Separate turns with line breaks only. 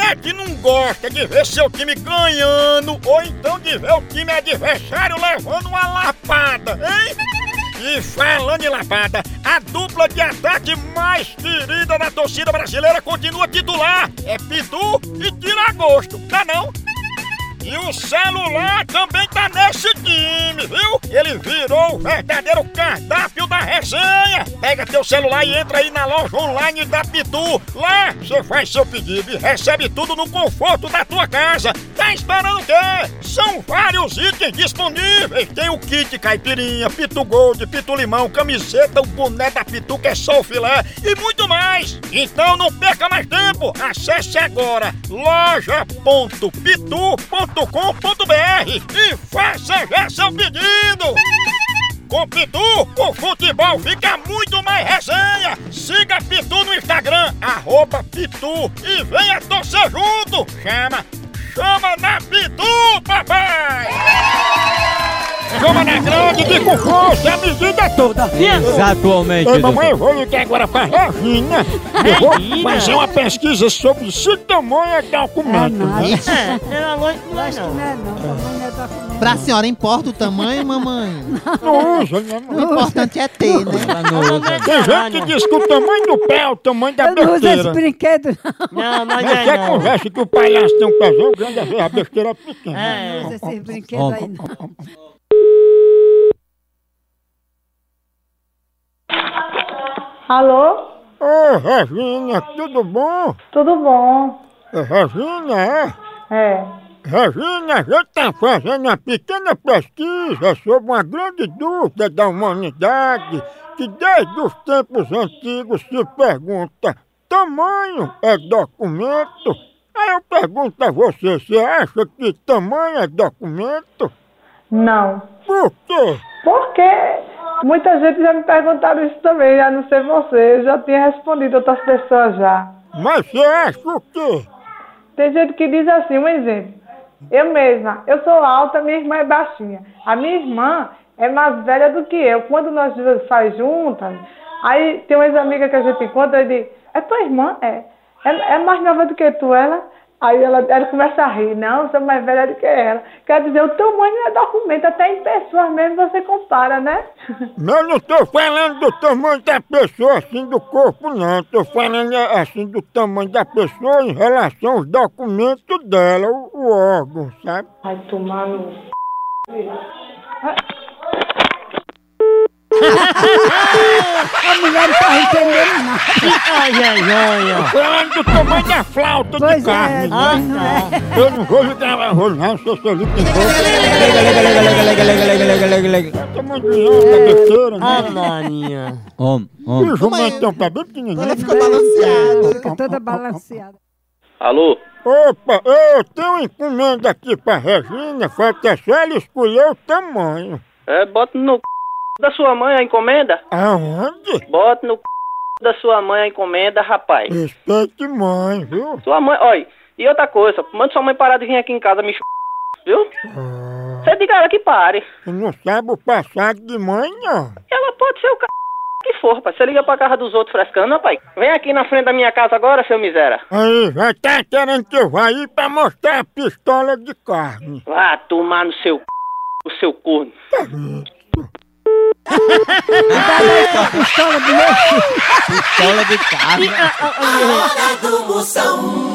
é que não gosta de ver seu time ganhando ou então de ver o time adversário levando uma lapada, hein? E falando em lapada, a dupla de ataque mais querida da torcida brasileira continua titular. É Pitu e Tiragosto, tá não? E o celular também tá nesse time, viu? Ele virou o verdadeiro cardápio da resenha. Pega teu celular e entra aí na loja online da Pitu. Lá você faz seu pedido e recebe tudo no conforto da tua casa. Tá esperando o quê? São vários itens disponíveis. Tem o kit caipirinha, Pitu Gold, Pitu Limão, camiseta, o boné da Pitu que é só o filé e muito mais. Então não perca mais tempo. Acesse agora loja.pitu.com.br e faça já seu pedido. Com Pitu, o futebol fica muito mais resenha. Siga Pitu no Instagram, arroba Pitu e venha torcer junto. Chama, chama na Pitu, papai! Chama na grande de com força, a medida toda.
Exatamente.
Ei, mamãe, eu vou ligar agora pra Regina. Eu vou
Regina.
fazer uma pesquisa sobre se tamanho é documento.
Não
É, pela lógica não é não.
é não, tamanho é documento.
Pra senhora, importa o tamanho, mamãe?
Não usa, né?
O importante é ter, né?
Não, não é
Tem gente que
caralho.
diz que o tamanho do pé é o tamanho da
Eu não uso esse
besteira.
brinquedo, não.
Não, não
Mas
é
que
não.
conversa que o palhaço tem um pezão grande, às vezes a besteira é pequena.
Eu não
É.
uso esse brinquedo aí, não.
Alô?
Ô, Regina, tudo bom?
Tudo bom?
Ô, Regina, é?
É.
Regina, a gente está fazendo uma pequena pesquisa sobre uma grande dúvida da humanidade que desde os tempos antigos se pergunta: tamanho é documento? Aí eu pergunto a você: você acha que tamanho é documento?
Não.
Por quê?
Porque muita gente já me perguntaram isso também, a não ser você. Eu já tinha respondido outras pessoas já.
Mas você acha o quê?
Tem gente que diz assim, um exemplo. Eu mesma, eu sou alta, minha irmã é baixinha. A minha irmã é mais velha do que eu. Quando nós duas faz juntas, aí tem umas amigas que a gente encontra e diz, é tua irmã? É. É, é mais nova do que tu, ela? Aí ela, ela começa a rir, não, eu sou mais velha do que ela. Quer dizer, o tamanho é documento, até em pessoas mesmo você compara, né?
Eu não estou falando do tamanho da pessoa, assim, do corpo, não. Estou falando, é, assim, do tamanho da pessoa em relação aos documentos dela, o, o órgão, sabe?
Ai, tomar no...
A mulher não tá entendendo, não.
Ai, ai, ai, ai.
Falando do tamanho da flauta de
Pois é,
carne. né?
Ah,
não
tá.
é.
Eu não vou ligar a rolar, se eu sou ligo de volta. Eu tô muito leão da besteira,
Ah,
né?
Maria.
Homem,
E
homem.
o jumento tá bem
Ela
pequenininho.
ficou balanceada.
Fica tá toda balanceada.
Alô?
Opa, eu tenho uma encomenda aqui pra Regina, falta só ela escolher o tamanho.
É, bota no c... da sua mãe a encomenda.
Aonde?
Bota no c... da sua mãe a encomenda, rapaz.
Respeite mãe, viu?
Sua mãe, olha, e outra coisa, manda sua mãe parar de vir aqui em casa me ch... viu? Você diga a ela que pare.
Tu não sabe o passado de mãe, não.
Ela pode ser o c... que for, rapaz. Você liga pra casa dos outros frescando, rapaz. Vem aqui na frente da minha casa agora, seu miséria.
Aí, vai tá querendo que eu vá ir pra mostrar a pistola de carne.
Vá tomar no seu c... o seu corno.
Pistola de carne.
Hora do Moção.